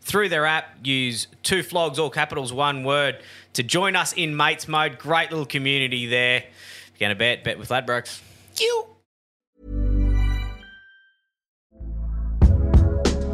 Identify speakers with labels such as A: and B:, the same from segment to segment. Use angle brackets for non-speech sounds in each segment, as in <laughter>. A: through their app. Use two flogs, all capitals, one word, to join us in Mates Mode. Great little community there. If you're going to bet, bet with Ladbrokes. You.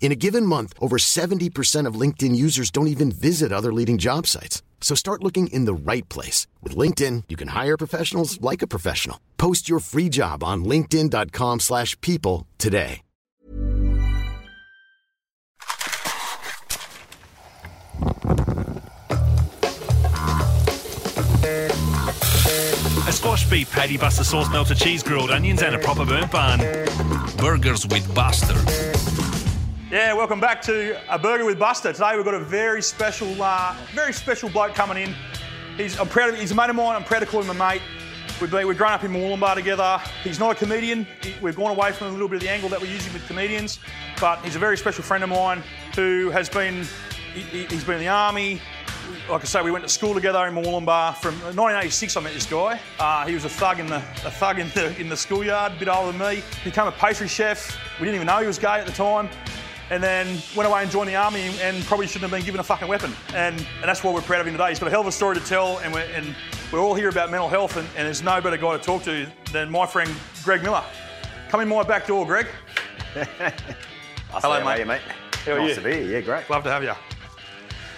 B: In a given month, over 70% of LinkedIn users don't even visit other leading job sites. So start looking in the right place. With LinkedIn, you can hire professionals like a professional. Post your free job on linkedin.com slash people today.
C: A squash beef patty buster sauce, melted cheese, grilled onions, and a proper burnt bun. Burgers with bastard.
D: Yeah, welcome back to A Burger with Buster. Today we've got a very special, uh, very special bloke coming in. He's, I'm proud of, he's a mate of mine. I'm proud to call him a mate. We've been, we've grown up in Moolumbar together. He's not a comedian. He- we've gone away from a little bit of the angle that we're using with comedians, but he's a very special friend of mine who has been, he, he- he's been in the army. Like I say, we went to school together in Moolumbar. From 1986, I met this guy. Uh, he was a thug in the a thug in the in the schoolyard, a bit older than me. Became a pastry chef. We didn't even know he was gay at the time and then went away and joined the army and probably shouldn't have been given a fucking weapon. And, and that's why we're proud of him today. He's got a hell of a story to tell, and we're, and we're all here about mental health, and, and there's no better guy to talk to than my friend Greg Miller. Come in my back door,
E: <laughs>
D: Greg.
E: I
D: Hello,
E: say,
D: mate.
E: How are you, mate?
D: How are
E: nice
D: you?
E: to be here. Yeah, great.
D: Love to have you.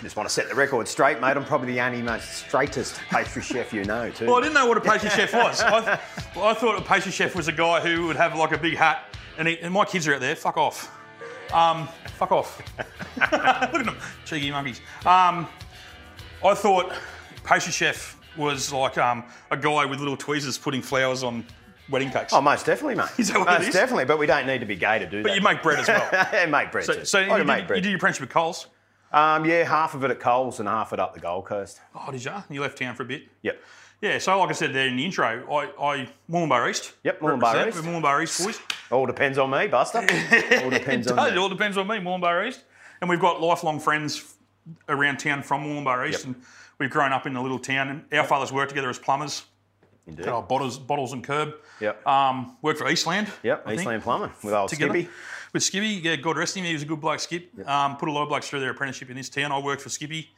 E: Just want to set the record straight, mate. I'm probably the only most straightest pastry chef you know, too.
D: Well, I didn't know what a pastry chef was. I, th- well, I thought a pastry chef was a guy who would have like a big hat, and, he, and my kids are out there. Fuck off. Um, fuck off. <laughs> Look at them, cheeky monkeys. Um, I thought pastry chef was like um, a guy with little tweezers putting flowers on wedding cakes.
E: Oh, most definitely, mate.
D: Is that what it
E: most
D: is?
E: definitely, but we don't need to be gay to do that.
D: but you make bread as well.
E: <laughs> yeah, make bread.
D: so
E: too.
D: so
E: I
D: you,
E: do
D: did,
E: make bread.
D: you did your apprenticeship with Coles.
E: um, yeah, half of it at Coles and half of it up the Gold Coast.
D: Oh, did you? You left town for a bit.
E: Yep.
D: Yeah, so like I said there in the intro, I, I Moolumbar East.
E: Yep, Moolumbar
D: Represent.
E: East.
D: We're Moolumbar East
E: <laughs>
D: boys.
E: All depends on me,
D: <laughs>
E: Buster. All depends
D: it
E: on
D: does.
E: me.
D: It all depends on me, Moolumbar East. And we've got lifelong friends f- around town from Moolumbar East, and we've grown up in a little town. And our fathers worked together as plumbers. Indeed. Our bottles, bottles and curb.
E: Yep.
D: Um, worked for Eastland.
E: Yep,
D: I think,
E: Eastland Plumbing with old
D: Together.
E: Skippy.
D: With Skippy, yeah, God rest him, he was a good bloke, Skip. Um, put a lot of blokes through their apprenticeship in this town. I worked for Skippy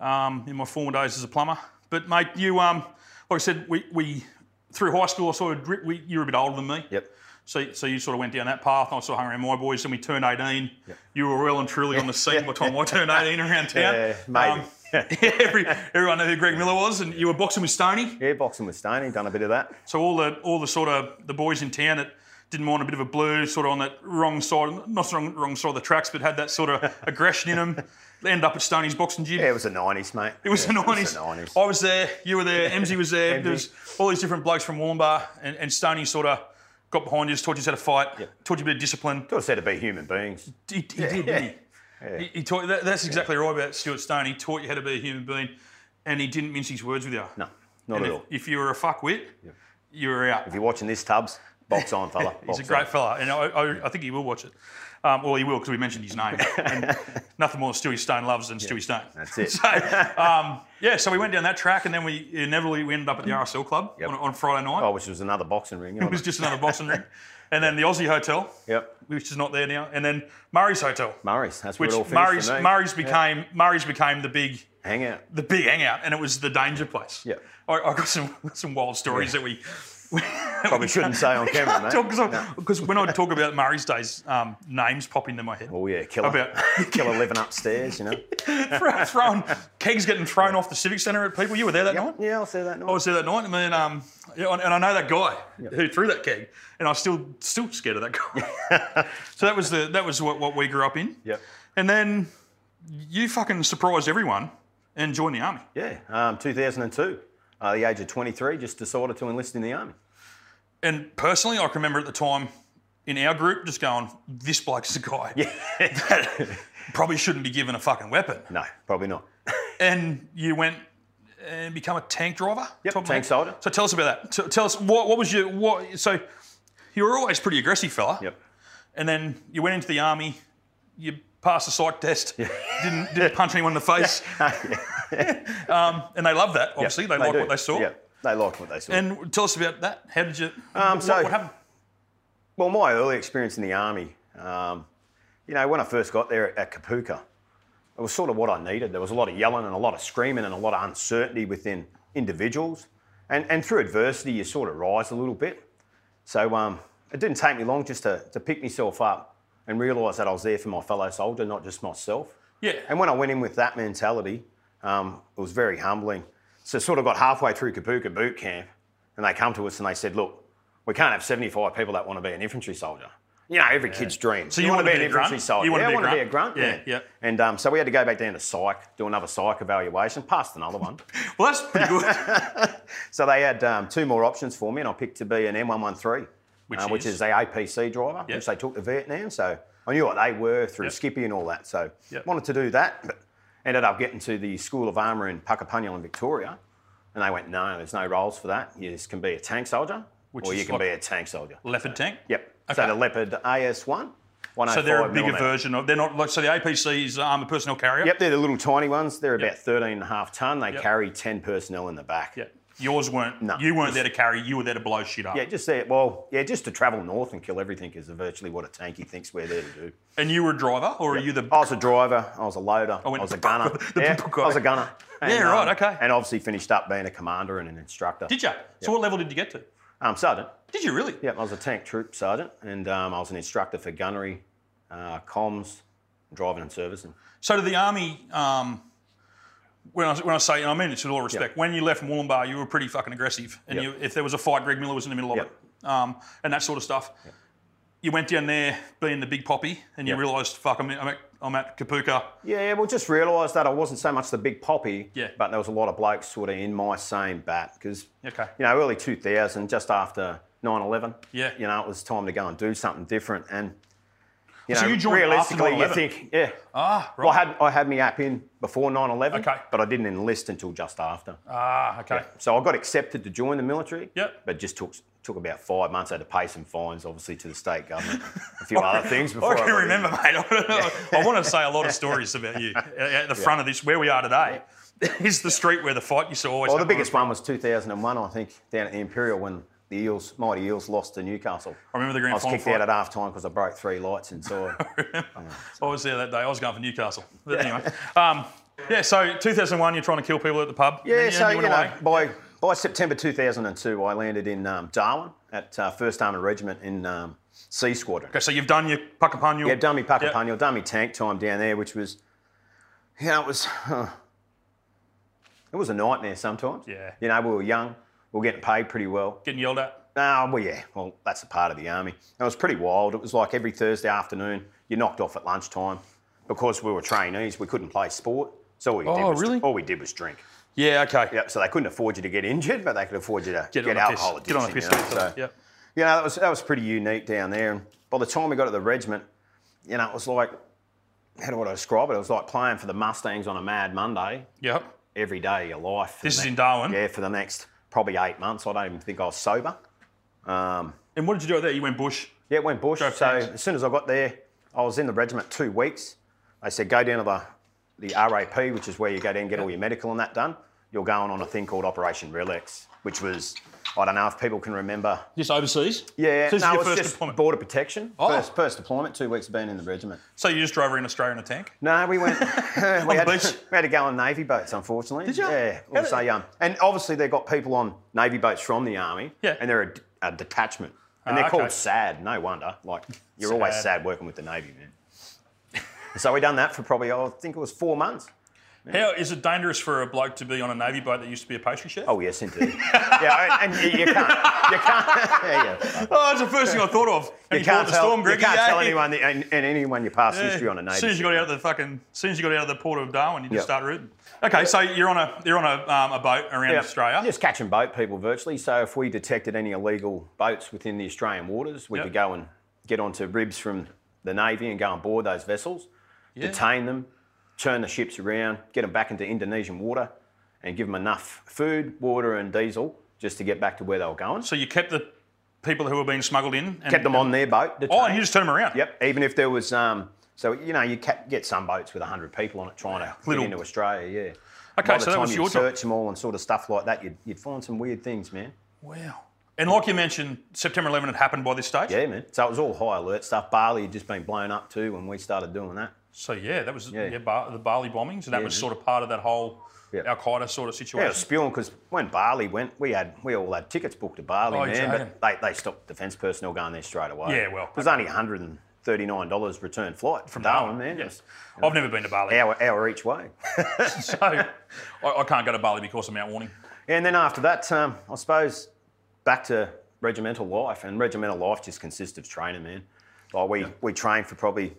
D: um, in my former days as a plumber. But mate, you, um, like I said, we, we through high school, I sort of, dri- we, you were a bit older than me.
E: Yep.
D: So, so you sort of went down that path, and I sort of hung around my boys, and we turned 18. You were well and truly
E: <laughs>
D: on the scene by the time I turned 18 around town. Um,
E: Yeah,
D: <laughs>
E: maybe.
D: every, everyone knew who Greg Miller was, and you were boxing with Stoney.
E: Yeah, boxing with Stoney, done a bit of that.
D: So all the all the sort of the boys in town that didn't want a bit of a blue, sort of on that wrong side, not wrong, wrong side of the tracks, but had that sort of <laughs> aggression in them, end up at Stoney's boxing gym.
E: Yeah, it was the 90s, mate.
D: It was
E: yeah,
D: the 90s.
E: It was the 90s.
D: I was there, you were there, MZ was there. there was all these different blokes from Wollumbar, and, and Stoney sort of got behind you, taught you how to fight, taught you a bit of discipline.
E: Got to say to be human beings.
D: He, he did, didn't he? He, he taught, that, that's exactly right about Stuart Stone. He taught you how to be a human being. and he didn't mince his words with you.
E: No,
D: And
E: not at
D: if,
E: all.
D: If you were a fuckwit, you were out.
E: If you're watching this, Tubbs, box on, fella.
D: <laughs> He's a
E: box
D: great
E: on.
D: fella, and I, I, I think he will watch it. Um, well, he will because we mentioned his
E: <laughs>
D: name. and nothing more Stewie Stone loves than Stewie Stone.
E: That's it.
D: <laughs> So, um, yeah, so we went down that track, and then we inevitably we ended up at the RSL Club
E: Mm-hmm. Yep.
D: on, on Friday night.
E: Oh, which was another boxing ring.
D: <laughs> It was just another boxing ring, and then the Aussie Hotel,
E: Yep.
D: which is not there now, and then Murray's Hotel,
E: Murray's. That's where
D: which
E: it all finished
D: Murray's
E: for me.
D: Murray's became Murray's became the big
E: Hang out.
D: the big hangout, and it was the danger place.
E: Yeah.
D: I, I got some <laughs> some wild stories that we. <laughs>
E: Probably shouldn't say on camera, mate.
D: Because when I talk about Murray's days, um, names pop into my head.
E: Oh yeah, killer.
D: About-
E: <laughs>
D: <laughs>
E: killer living upstairs, you know.
D: Thro- thrown kegs getting thrown off the civic centre at people. You were there that night.
E: Yeah, I'll say that.
D: I was there that night, and then um, yeah, and and I know that guy who threw that keg, and I was still still scared of that
E: <laughs>
D: guy. <laughs> so that was the that was what, what we grew up in.
E: Yep.
D: And then you fucking surprised everyone and joined the army.
E: Yeah, um, 2002. Uh, the age of 23, just decided to enlist in the army.
D: And personally, I can remember at the time in our group just going, "This bloke's the guy <laughs> that probably shouldn't be given a fucking weapon."
E: No, probably not.
D: And you went and become a tank driver.
E: Yep,
D: Top
E: tank
D: mate.
E: soldier.
D: So tell us about that. So tell us what, what was your what? So you were always pretty aggressive, fella.
E: Yep.
D: And then you went into the army. You passed the psych test. Didn't didn't punch anyone in the
E: <laughs>
D: face. <laughs> um, and they loved that. Obviously, they, liked
E: do.
D: what they saw.
E: Yeah, they liked what they saw.
D: And tell us about that. How did you?
E: Um,
D: what,
E: so-
D: what happened?
E: Well, my early experience in the army, um, you know, when I first got there at, at Kapuka, it was sort of what I needed. There was a lot of yelling and a lot of screaming and a lot of uncertainty within individuals. And, and through adversity, you sort of rise a little bit. So um, it didn't take me long just to, to pick myself up and realise that I was there for my fellow soldier, not just myself.
D: Yeah.
E: And when I went in with that mentality, um, it was very humbling. So sort of got halfway through Kapuka boot camp, and they come to us and they said, "Look, we can't have 75 people that want to be an infantry soldier. You know, every kid's dream. So
D: you
E: wanna
D: wanna be a grunt? You wanna
E: yeah,
D: be
E: I
D: a
E: want to be a
D: grunt?
E: grunt.
D: Yeah,
E: man.
D: yeah.
E: And um, so we had to go back down to psych, do another psych evaluation, passed another
D: <laughs>
E: one.
D: Well, that's pretty good.
E: So they had um, two more options for me, and I picked to be an M113,
D: Which
E: uh, which
D: is?
E: is the APC driver, which they took to Vietnam. So I knew what they were through Skippy and all that. So
D: Yep.
E: wanted to do that, but ended up getting to the School of Armour in Puckapunyal in Victoria, and they went, no, there's no roles for that. You just can be a tank soldier,
D: Which
E: or
D: is
E: you can
D: like-
E: be a tank soldier.
D: <laughs> Leopard tank.
E: Yep.
D: Okay.
E: So the Leopard AS1.
D: So they're a
E: 105
D: bigger
E: millimetre.
D: version of. They're not like so the APC is armored personnel carrier.
E: Yep, they're the little tiny ones. They're about 13 and a half tonne. They carry 10 personnel in the back.
D: Yeah. Yours weren't.
E: No.
D: You weren't there to carry. You were there to blow shit up.
E: Yeah, just there. Well, yeah, just to travel north and kill everything is virtually what a tankie thinks we're there to do.
D: And you were a driver, or are you the?
E: I was a driver. I was a loader. I,
D: went-
E: was a gunner.
D: <laughs> the
E: yeah,
D: people
E: I was a gunner.
D: Yeah, right, okay.
E: And obviously finished up being a commander and an instructor.
D: Did you? So what level did you get to?
E: Um, sergeant.
D: Did you really?
E: Yeah, I was a tank troop sergeant, and um, I was an instructor for gunnery, uh, comms, driving and servicing.
D: So did the army. Um, when I, when I say, and I mean it's with all respect, when you left Moolumbar, you were pretty fucking aggressive. And
E: Yep.
D: you, if there was a fight, Greg Miller was in the middle of
E: Yep.
D: it, um, and that sort of stuff. You went down there being the big poppy, and you
E: Yep.
D: realised, fuck, I'm, I'm, at, I'm at Kapuka.
E: Yeah, well, just realised that I wasn't so much the big poppy,
D: Yeah.
E: but there was a lot of blokes sort of in my same bat because,
D: Okay.
E: you know, early 2000, just after 9-11,
D: Yeah.
E: you know, it was time to go and do something different. And, you
D: So
E: know,
D: you joined after
E: realistically, you
D: 9/11?
E: think, yeah.
D: Ah, right.
E: Well, I had, I had me app in before 9-11,
D: Okay.
E: but I didn't enlist until just after.
D: ah, okay.
E: so I got accepted to join the military,
D: Yep.
E: but just took took about five months. I had to pay some fines, obviously, to the state government, a few other things before
D: <laughs> I can
E: got in.
D: remember, mate. <laughs> I, want to say a lot of stories about
E: <laughs>
D: you at at the front of this, where we are today. <laughs> Is the street where the fight used to always.
E: Well, the
D: happen on.
E: biggest one was 2001, I think, down at the Imperial when the Eels, mighty Eels, lost to Newcastle.
D: I remember the grand
E: I was
D: final
E: kicked
D: fight.
E: out at half time because I broke three lights
D: <laughs>
E: inside.
D: I was there that day. I was going for Newcastle. But anyway, um, yeah. So 2001, you're trying to kill people at the pub. and
E: yeah,
D: then
E: so you,
D: went
E: know,
D: away.
E: by by September 2002, I landed in um, Darwin at uh, First Armored Regiment in um, C Squadron.
D: Okay, so you've done your Puckapunyal.
E: Yeah, dummy pucker punyal, dummy tank time down there, which was, you know, it was, it was a nightmare sometimes.
D: Yeah.
E: You know, we were young, we were getting paid pretty well.
D: Getting yelled at.
E: Ah, well, yeah. Well, that's a part of the army. It was pretty wild. It was like every Thursday afternoon, you knocked off at lunchtime because we were trainees. We couldn't play sport, so all we did
D: Oh,
E: was
D: really?
E: all we did was drink.
D: Yeah. Okay.
E: Yep. So they couldn't afford you to get injured, but they could afford you to get,
D: Get, on a piss.
E: alcohol
D: Get on a
E: addiction,
D: piss.
E: you know,
D: so,
E: so-
D: yep.
E: you know, that was that was pretty unique down there. And by the time we got to the regiment, you know, it was like, how do I describe it? It was like playing for the Mustangs on a Mad Monday,
D: Yep.
E: every day of your life. for the
D: This is
E: ne-
D: in Darwin?
E: Yeah, for the next probably eight months. I don't even think I was sober. Um,
D: And what did you do out there? You went bush.
E: yeah, it went bush.
D: Drove
E: so
D: tanks.
E: as soon as I got there, I was in the regiment two weeks. They said go down to the, the RAP, which is where you go down and get all your medical and that done. You're going on a thing called Operation Relax, which was I don't know if people can remember.
D: Just overseas?
E: Yeah,
D: So this is
E: no,
D: your
E: it was
D: first
E: just
D: deployment. Oh.
E: border protection. First, first deployment, two weeks of being in the regiment.
D: So you just drove around Australia in a tank?
E: No,
D: <laughs>
E: we went. <laughs> we, had,
D: beach?
E: <laughs> we had to go on navy boats, unfortunately. Did
D: you?
E: Yeah.
D: How
E: Also,
D: did-
E: um, and obviously they got people on navy boats from the army.
D: Yeah.
E: And they're a, d- a detachment,
D: Ah,
E: and they're
D: okay.
E: called sad. No wonder. Like you're always
D: Sad.
E: sad working with the navy, man. <laughs> so we done that for probably oh, I think it was four months.
D: How is it dangerous for a bloke to be on a navy boat that used to be a pastry chef?
E: Oh
D: <laughs>
E: yes, indeed. yeah, and, and you, you can't. You can't. yeah, yeah.
D: <laughs> Oh, that's the first thing I thought of. And
E: You can't
D: the
E: tell,
D: storm,
E: you
D: Greggy,
E: can't
D: yeah.
E: tell anyone that, and, and anyone you pass
D: Yeah.
E: history on a navy.
D: As soon as you got out of the fucking, as soon as you got out of the port of Darwin, you just
E: Yep.
D: start rooting. Okay, so you're on a you're on a, um, a boat around
E: Yeah.
D: Australia.
E: Just catching boat people virtually. So if we detected any illegal boats within the Australian waters, we
D: Yep.
E: could go and get onto ribs from the Navy and go on board those vessels, detain them, turn the ships around, get them back into Indonesian water, and give them enough food, water, and diesel just to get back to where they were going.
D: So you kept the people who were being smuggled in. And,
E: Kept them on their boat.
D: Oh,
E: detained.
D: and you just turn them around.
E: Yep. Even if there was, um, so you know, you ca- get some boats with hundred people on it trying to
D: Little-
E: Little. into Australia. Yeah.
D: Okay,
E: By the
D: so that
E: time
D: was
E: you'd
D: your job.
E: search them all and sort of stuff like that, you'd, you'd find some weird things, man.
D: Wow. And like you mentioned, September 11 had happened by this stage.
E: Yeah, man. So it was all high alert stuff. Bali had just been blown up too when we started doing that.
D: So yeah, that was yeah,
E: Yeah.
D: Bar- the Bali bombings, and that
E: Yeah,
D: was
E: man.
D: sort of part of that whole
E: Yeah.
D: Al Qaeda sort of
E: Yeah, it
D: situation.
E: was spewing because when Bali went, we had we all had tickets booked to Bali,
D: Oh,
E: man.
D: exactly.
E: But they, they stopped defence personnel going there straight away.
D: Yeah, well,
E: it was only one hundred and thirty nine dollars return flight from Darwin, man.
D: Yes. I've never been to Bali,
E: Hour, hour each way.
D: so I, I can't go to Bali because of Mount Warning.
E: And then after that, um, I suppose back to regimental life, and regimental life just consists of training, man. Like we we train for probably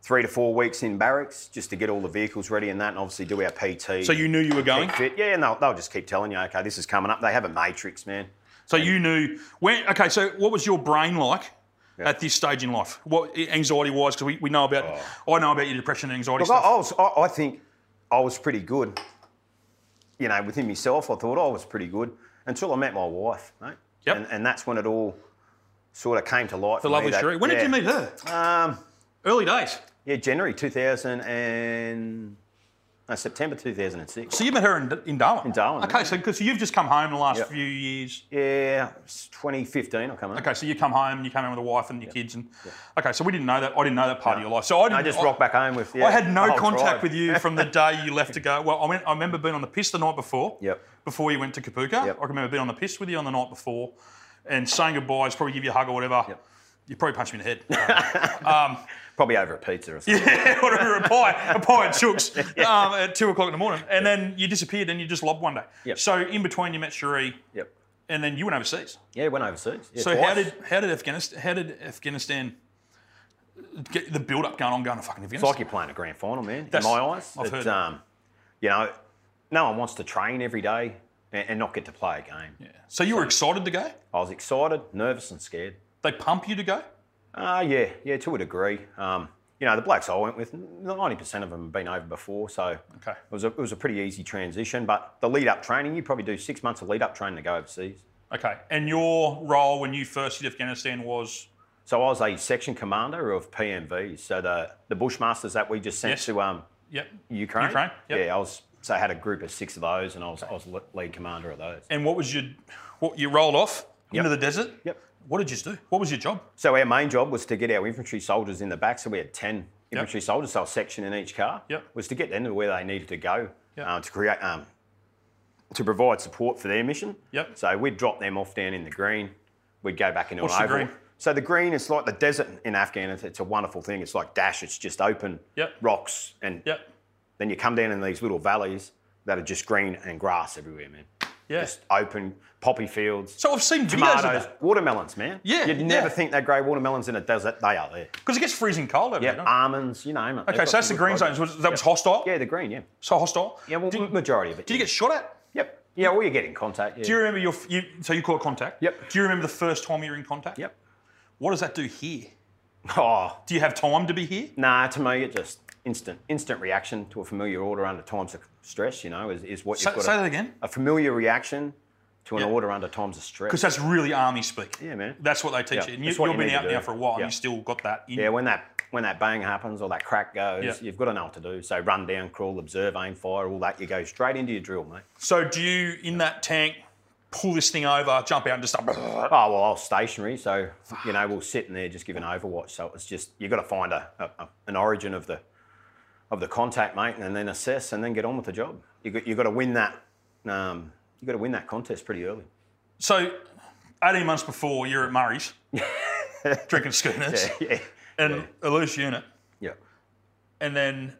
E: three to four weeks in barracks just to get all the vehicles ready and that, and obviously do our PT.
D: So you knew you were going.
E: fit. Yeah, and they'll, they'll just keep telling you, okay, this is coming up. They have a matrix, man.
D: So you knew when. Okay, so what was your brain like at this stage in life? What anxiety wise? Because we, we know about. I know about your depression and anxiety
E: Oh. Look, I,
D: stuff.
E: I, was, I, I think I was pretty good. You know, within myself, I thought I was pretty good until I met my wife, mate.
D: Yep.
E: And, and that's when it all sort of came to light.
D: the lovely Sheree. When did you meet her?
E: Um,
D: Early days.
E: yeah, January 2000 and no, September 2006.
D: So you met her in, in Darwin. In
E: Darwin,
D: Okay,
E: yeah.
D: so because you've just come home the last
E: Yep.
D: few years.
E: Yeah, it's 2015. I come up.
D: Okay, so you come home, you come home with a wife and your kids, and okay, so we didn't know that. I didn't know that part of your life. So I, didn't,
E: I just rocked back home with. Yeah,
D: I had
E: the
D: no
E: whole
D: contact
E: tribe.
D: with you from the day you left to
E: <laughs>
D: go. Well, I went. I remember being on the piss the night before.
E: Yep.
D: Before you went to Kapuka,
E: Yep.
D: I remember being on the piss with you on the night before, and saying goodbyes, probably give you a hug or whatever. You probably punched me in the head. <laughs>
E: Probably over a pizza or something.
D: Um, order a pie, a pie at
E: <laughs>
D: Chooks um, at two o'clock in the morning, and then you disappeared and you just lobbed one day.
E: Yep.
D: So in between, you met Cherie,
E: Yep.
D: and then you went overseas.
E: Yeah, went overseas. Yeah,
D: So how
E: twice.
D: did how did Afghanistan how did Afghanistan get the build up going on going to fucking
E: It's like
D: Afghanistan?
E: you're playing a grand final, man.
D: That's-
E: in my eyes,
D: I've
E: It,
D: heard that.
E: um, you know, no one wants to train every day and, and not get to play a game.
D: so you were excited to go?
E: I was excited, nervous, and scared.
D: They pump you to go?
E: Ah, yeah, yeah, to a degree. Um, you know, the blokes I went with, ninety percent of them have been over before, so
D: Okay.
E: it was a, it was a pretty easy transition. But the lead up training, you probably do six months of lead up training to go overseas.
D: Okay. And your role when you first hit Afghanistan was
E: So I was a section commander of PMVs, so the the Bushmasters that we just sent
D: Yes.
E: to um,
D: yep.
E: Ukraine.
D: Ukraine, yep.
E: Yeah, I was. So I had a group of six of those, and I was, I was le- lead commander of those.
D: And what was your what you rolled off
E: Yep.
D: into the desert?
E: Yep.
D: What did you do? What was your job?
E: So our main job was to get our infantry soldiers in the back. So we had ten infantry soldiers, so a section in each car.
D: Yep.
E: Was to get them to where they needed to go
D: Yep.
E: uh, to create um, to provide support for their mission.
D: Yep.
E: So we'd drop them off down in the green. We'd go back into
D: What's
E: an
D: the
E: oval.
D: green?
E: So the green is like the desert in Afghanistan. It's, it's a wonderful thing. It's like dash. It's just open
D: Yep.
E: rocks, and
D: Yep.
E: then you come down in these little valleys that are just green and grass everywhere, man.
D: Yeah.
E: Just open poppy fields
D: so I've seen videos of
E: tomatoes,
D: that.
E: watermelons, man.
D: Yeah,
E: You'd never
D: yeah.
E: think they grow watermelons in a desert. They are there.
D: Because it gets freezing cold over
E: Yeah,
D: there. don't it?
E: almonds, you name it. They've
D: okay,
E: got
D: so that's the
E: some
D: green
E: good
D: zones.
E: produce.
D: Was- That was hostile?
E: Yeah, the green, yeah.
D: So hostile?
E: Yeah, well,
D: did,
E: majority of it.
D: did you get shot at?
E: Yep. Yeah, well, you get in contact. Yeah.
D: Do you remember your f- you, so you caught contact?
E: Yep.
D: Do you remember the first time you were in contact?
E: Yep.
D: What does that do here?
E: Oh,
D: Do you have time to be here?
E: nah, to me, it just instant instant reaction to a familiar order under times of stress. You know, is, is what
D: Say-
E: you've got.
D: say
E: a-
D: that again?
E: A familiar reaction to an
D: Yeah.
E: order under times of stress.
D: Because that's really army speak.
E: Yeah, man.
D: That's what they teach
E: Yeah,
D: you. And you,
E: that's what
D: you've
E: you
D: been
E: need to
D: out
E: do.
D: now for a while, and
E: Yeah.
D: you still got that. In.
E: yeah, when that when that bang happens or that crack goes,
D: Yeah.
E: you've got an know what to do. So run down, crawl, observe, aim, fire, all that. You go straight into your drill, mate.
D: So do you in that tank pull this thing over, jump out, and just
E: Oh well, I was stationary, so you know we'll sit in there just giving overwatch. So it's just you got to find a, a, a- an origin of the of the contact, mate, and then assess and then get on with the job. You got you got to win that. Um, you got to win that contest pretty early. <laughs>
D: So, 18 months before, you're at
E: <laughs>
D: Murray's drinking schooners
E: Yeah,
D: and a loose unit.
E: yeah,
D: And then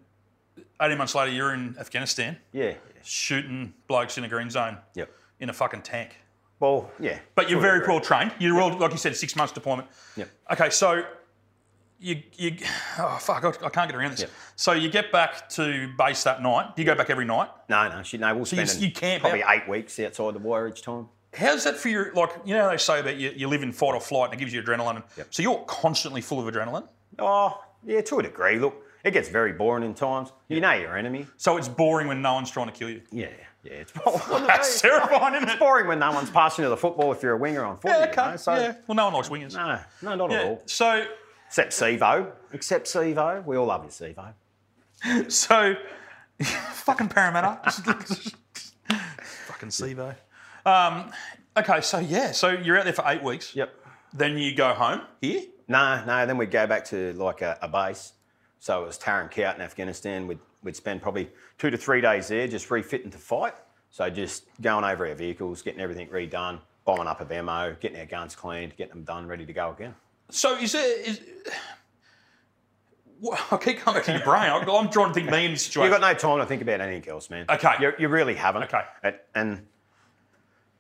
D: 18 months later, you're in Afghanistan
E: yeah,
D: shooting blokes in a green zone
E: yeah.
D: in a fucking tank.
E: Well, yeah,
D: But you're
E: sort of
D: very
E: agree.
D: well trained. You're well, like you said, six months deployment.
E: Yep.
D: Okay, so you, you <sighs> oh fuck, I, I can't get around this.
E: Yep.
D: So you get back to base that night. Do you go back every night?
E: No, no, she, no. We'll
D: you-
E: spend
D: you camp
E: probably eight weeks outside the wire each time.
D: How's that for your like? You know how they say that you, you live in fight or flight, and it gives you adrenaline.
E: Yep.
D: So you're constantly full of adrenaline.
E: Oh, yeah, to a degree. Look, it gets very boring in times. You know your enemy.
D: So it's boring when no one's trying to kill you.
E: Yeah, yeah. It's <laughs> boring.
D: That's terrifying, isn't
E: It's
D: it?
E: boring when no one's passing to the football if you're a winger on footy.
D: Yeah,
E: you know,
D: okay.
E: so-
D: yeah. Well, no one likes wingers.
E: No, no, not at
D: Yeah,
E: all.
D: So,
E: Except Sevo. Except Sevo. We all love you, Sevo.
D: so, <laughs> fucking Parramatta. <laughs> fucking Sebo. Um, okay, so yeah, so you're out there for eight weeks.
E: Yep.
D: Then you go home here.
E: No, no. Then we'd go back to like a, a base. So it was Taran Kout in Afghanistan. We'd we'd spend probably two to three days there, just refitting to fight. So just going over our vehicles, getting everything redone, bombing up of ammo, getting our guns cleaned, getting them done, ready to go again.
D: So is there is. Wha- I keep coming back to your brain. I'm I'm trying to think me in this situation.
E: You've got no time to think about anything else, man.
D: Okay.
E: You, you really haven't.
D: Okay.
E: And, and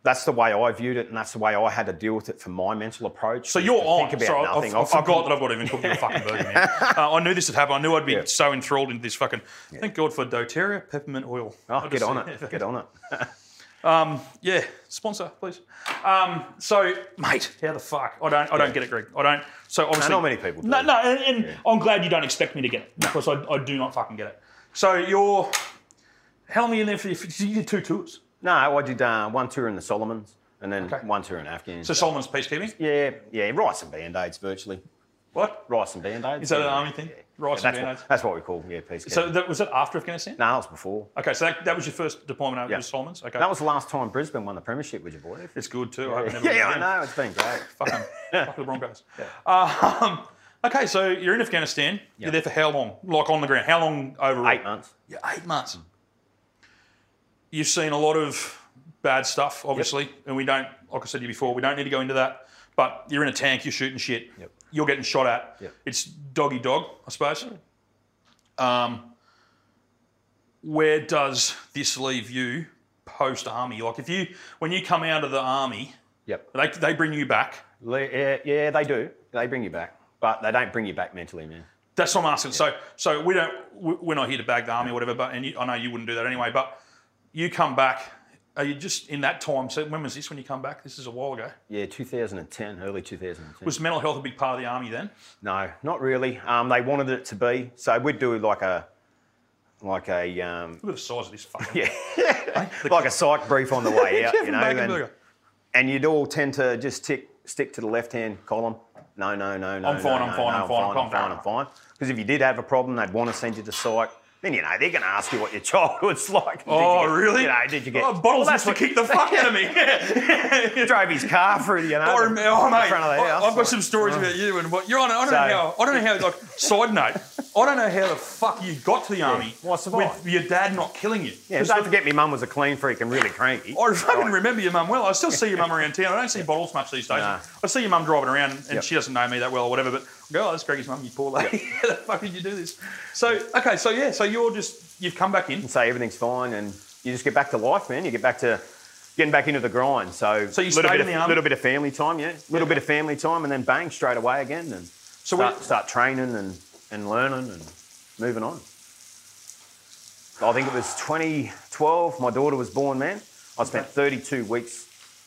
E: that's the way I viewed it, and that's the way I had to deal with it for my mental approach.
D: So you're
E: to
D: on.
E: Think about
D: Sorry, I-
E: nothing.
D: I, I
E: I've- I've-
D: forgot that I've got to even cook you a fucking burger,
E: <laughs>
D: man. Uh, I knew this would happen. I knew I'd be
E: Yeah.
D: so enthralled into this fucking. Thank God for doTERRA peppermint oil. I
E: Oh,
D: just-
E: get
D: <laughs>
E: on it. Get on it.
D: Um, Yeah, sponsor, please. Um, so, mate, how the fuck? I don't. I don't get it, Greg. I don't. So obviously,
E: not many people do.
D: No, no, and, and I'm glad you don't expect me to get it because I, I do not fucking get it. So you're. How long are you in there for? for- You did two tours.
E: No, I did uh, one tour in the Solomons and then
D: Okay.
E: one tour in
D: So
E: Afghanistan.
D: Solomon's peacekeeping.
E: yeah, yeah, rice and band aids virtually.
D: What?
E: Rice and band aids.
D: Is that an army thing? Rice and
E: that's,
D: Band-Aids?
E: What, that's what we call yeah peace.
D: So
E: So
D: that, was that after Afghanistan?
E: no, that was before.
D: Okay, so that, that was your first deployment out
E: Yeah.
D: of Solomon's. Okay.
E: That was the last time Brisbane won the premiership. Would you believe?
D: It's good too.
E: <laughs>
D: I hope it never
E: Yeah,
D: happens
E: I
D: again.
E: know. It's been great.
D: Fuck 'em.
E: <laughs>
D: Fuck the Broncos. Um, okay, so you're in Afghanistan. You're there for how long? Like on the ground? How long overall?
E: Eight months.
D: Yeah, eight months. Hmm. You've seen a lot of bad stuff, obviously, and we don't. Like I said to you before, we don't need to go into that. But you're in a tank. You're shooting shit.
E: Yep.
D: You're getting shot at.
E: Yep.
D: It's doggy dog, I suppose. Um, where does this leave you post army? Like if you when you come out of the army,
E: Yep.
D: they, they bring you back.
E: Le- Yeah, yeah, they do. They bring you back, but they don't bring you back mentally, man.
D: That's what I'm asking. So, so we don't. we- We're not here to bag the army or whatever. But and you, I know you wouldn't do that anyway. But you come back. Are you just in that time? So when was this? When you come back? This is a while ago.
E: Yeah, 2010, early 2010.
D: Was mental health a big part of the army then?
E: no, not really. Um, they wanted it to be, so we'd do like a, like a, um,
D: Look at the size of this
E: <laughs>
D: fucking. Yeah.
E: like a psych brief on the
D: <laughs>
E: way out, you know. And,
D: burger.
E: and you'd all tend to just tick, stick to the left-hand column. No, no, no, no.
D: I'm fine,
E: no,
D: I'm fine,
E: no, no,
D: I'm fine, I'm
E: I'm fine,
D: fine.
E: I'm fine. Because if you did have a problem, they'd want to send you to psych. Then you know they're going to ask you what your <laughs> childhood's like. Did you
D: Oh
E: get-
D: really?
E: You know, did you get?
D: Oh, bottles
E: Well,
D: used to
E: what-
D: kick the fuck out of me.
E: <laughs> drove his car through, you know,
D: I
E: the,
D: remember, oh,
E: the
D: mate,
E: front of the
D: I-
E: house. oh.
D: I've got some stories about you and what you're on. I don't
E: So-
D: know how. I don't know how. Like side note, I don't know how the fuck you got to the army
E: Well, I survived.
D: with your dad not killing you. <laughs>
E: Yeah, don't forget, my mum was a clean freak and really cranky.
D: I fucking remember your mum well. I still see your mum around town. I don't see bottles much these days.
E: Nah.
D: I see your mum driving around, and
E: Yep.
D: she doesn't know me that well or whatever. But I go, oh, that's Greg's mum. You poor lady. <laughs> How the fuck did you do this? So okay, so yeah, so you're just you've come back in.
E: Say everything's fine, and you just get back to life, man. You get back to getting back into the grind. So,
D: So you
E: little
D: stayed
E: bit
D: in
E: of,
D: the army?
E: little bit of family time, yeah, little bit of family time, and then bang, straight away again, and
D: So we-
E: start, start training and, and learning and moving on. I think it was 2012. My daughter was born, man. I spent 32 weeks